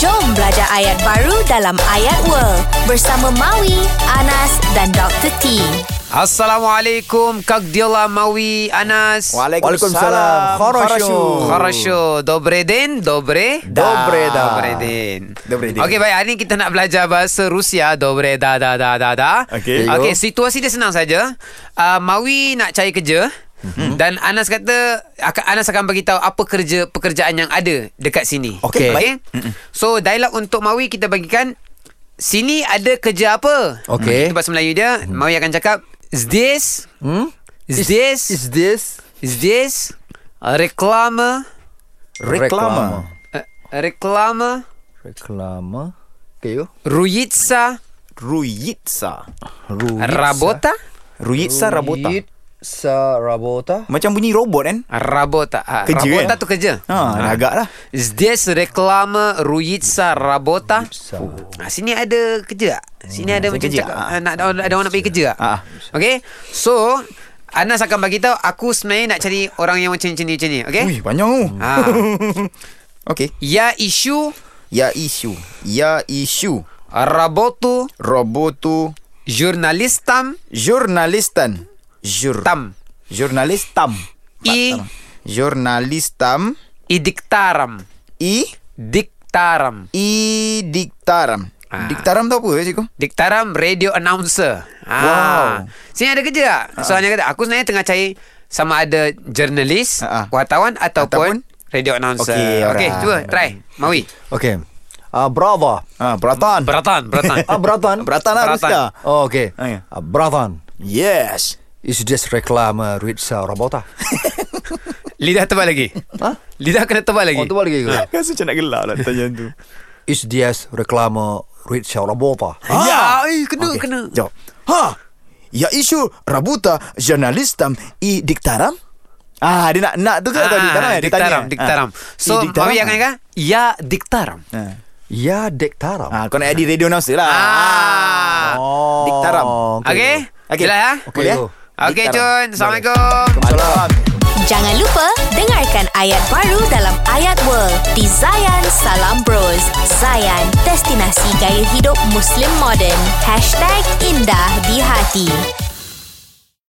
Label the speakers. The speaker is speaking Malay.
Speaker 1: Belajar ayat baru dalam Ayat World bersama Maui, Anas dan Dr. T.
Speaker 2: Assalamualaikum Kak Diola Mawi Anas
Speaker 3: Waalaikumsalam. Хорошо.
Speaker 2: Хорошо Dobre den Dobre
Speaker 3: Dobre da.
Speaker 2: Dobre den
Speaker 3: Dobre den.
Speaker 2: Okey baik Hari ni kita nak belajar bahasa Rusia Dobre da da da da da
Speaker 3: Okey.
Speaker 2: Okey situasi dia senang saja uh, Mawi nak cari kerja
Speaker 3: Mhm.
Speaker 2: Mm-hmm. Dan Anas kata akan, Anas akan bagi tahu apa kerja pekerjaan yang ada dekat sini.
Speaker 3: Okey.
Speaker 2: Okey. So dialog untuk Mawi kita bagikan sini ada kerja apa?
Speaker 3: Okey. Mm.
Speaker 2: Itu bahasa Melayu dia. Mawi akan cakap здесь
Speaker 3: Hmm?
Speaker 2: здесь
Speaker 3: Is this
Speaker 2: здесь реклама
Speaker 3: reklama?
Speaker 2: э, реклама
Speaker 4: Reklama
Speaker 3: Okay, you.
Speaker 2: руится
Speaker 3: Ruitsa.
Speaker 4: Ruitsa
Speaker 2: работа
Speaker 3: Ruitsa rabota.
Speaker 4: Ruitsa uh, Rabota
Speaker 3: Macam bunyi robot kan?
Speaker 2: работа. А,
Speaker 3: Kerja,
Speaker 2: работа
Speaker 3: eh?
Speaker 2: tu kerja.
Speaker 3: Ha, dah agak lah.
Speaker 2: Здесь реклама руится работа. Ha, sini ada kerja. tak? Sini ada macam
Speaker 3: kerja,
Speaker 2: cakap,
Speaker 3: ah.
Speaker 2: ah, nak ada orang- ada orang nak pergi kerja. tak?
Speaker 3: Ah.
Speaker 2: Okey. So Anas akan bagi tahu aku sebenarnya nak cari orang yang macam ni macam ni, okey?
Speaker 3: Wih, panjang tu.
Speaker 2: Ha.
Speaker 3: Okay.
Speaker 2: Я ищу
Speaker 3: Ya isu. Ya isu.
Speaker 2: работу
Speaker 3: Robotu
Speaker 2: журналистом
Speaker 3: jurnalistan. Jur.
Speaker 2: там
Speaker 3: Jurnalistam.
Speaker 2: и
Speaker 3: Jurnalistam.
Speaker 2: и диктором.
Speaker 3: I.
Speaker 2: Diktaram.
Speaker 3: I diktaram.
Speaker 2: Ah.
Speaker 3: Diktaram tu apa eh, cikgu?
Speaker 2: Diktaram radio announcer. Ah.
Speaker 3: Wow. Ah.
Speaker 2: Sini ada kerja tak? Soalnya kata aku sebenarnya tengah cari sama ada jurnalis,
Speaker 3: Ah, ah.
Speaker 2: wartawan ataupun, radio announcer.
Speaker 3: Okey,
Speaker 2: Okey,
Speaker 3: alright.
Speaker 2: cuba try. Mawi.
Speaker 4: Okay uh, Brava
Speaker 3: Ah, Bratan.
Speaker 2: Beratan, beratan.
Speaker 4: Ah Bratan
Speaker 3: Bratan lah
Speaker 2: Bratan.
Speaker 3: Rusia.
Speaker 4: oh, Okay
Speaker 3: Ah, ya.
Speaker 4: uh, Bratan
Speaker 3: Yes.
Speaker 4: Is this reklama Ruitsa Rabota
Speaker 2: Lidah tebal lagi.
Speaker 4: Ha?
Speaker 2: Lidah kena tebal lagi.
Speaker 4: Oh tu balik lagi
Speaker 2: Ha.
Speaker 4: ke
Speaker 3: Rasa macam nak gelak lah tanya tu.
Speaker 4: Is this reklama Ruitsa Rabota
Speaker 2: Ah,
Speaker 3: Ya.
Speaker 2: eh, kena,
Speaker 3: Okey,
Speaker 2: kena.
Speaker 3: Jawab. Ha. Ya isu rabuta jurnalistam i diktaram. Ah, dia nak nak tu ke atau diktaram? eh? Dia tanya.
Speaker 2: diktaram, diktaram.
Speaker 3: Ah.
Speaker 2: So,
Speaker 3: I diktaram,
Speaker 2: Mawi yang
Speaker 3: ah.
Speaker 2: kan? Ya, diktaram.
Speaker 3: Ah.
Speaker 4: Ya Dektaram
Speaker 3: Ah, kau nak jadi radio announcer lah.
Speaker 2: Ah.
Speaker 4: Oh,
Speaker 3: Diktaram.
Speaker 4: okey.
Speaker 2: Okey?
Speaker 3: Okey.
Speaker 2: Jelas ah?
Speaker 4: Okey,
Speaker 3: Boleh?
Speaker 4: go.
Speaker 2: Okey, Cun. Assalamualaikum.
Speaker 3: Waalaikumsalam.
Speaker 1: Jangan lupa dengarkan ayat baru dalam Ayat World di Zayan Salam Bros. Zayan, destinasi gaya hidup Muslim modern. #IndahDiHati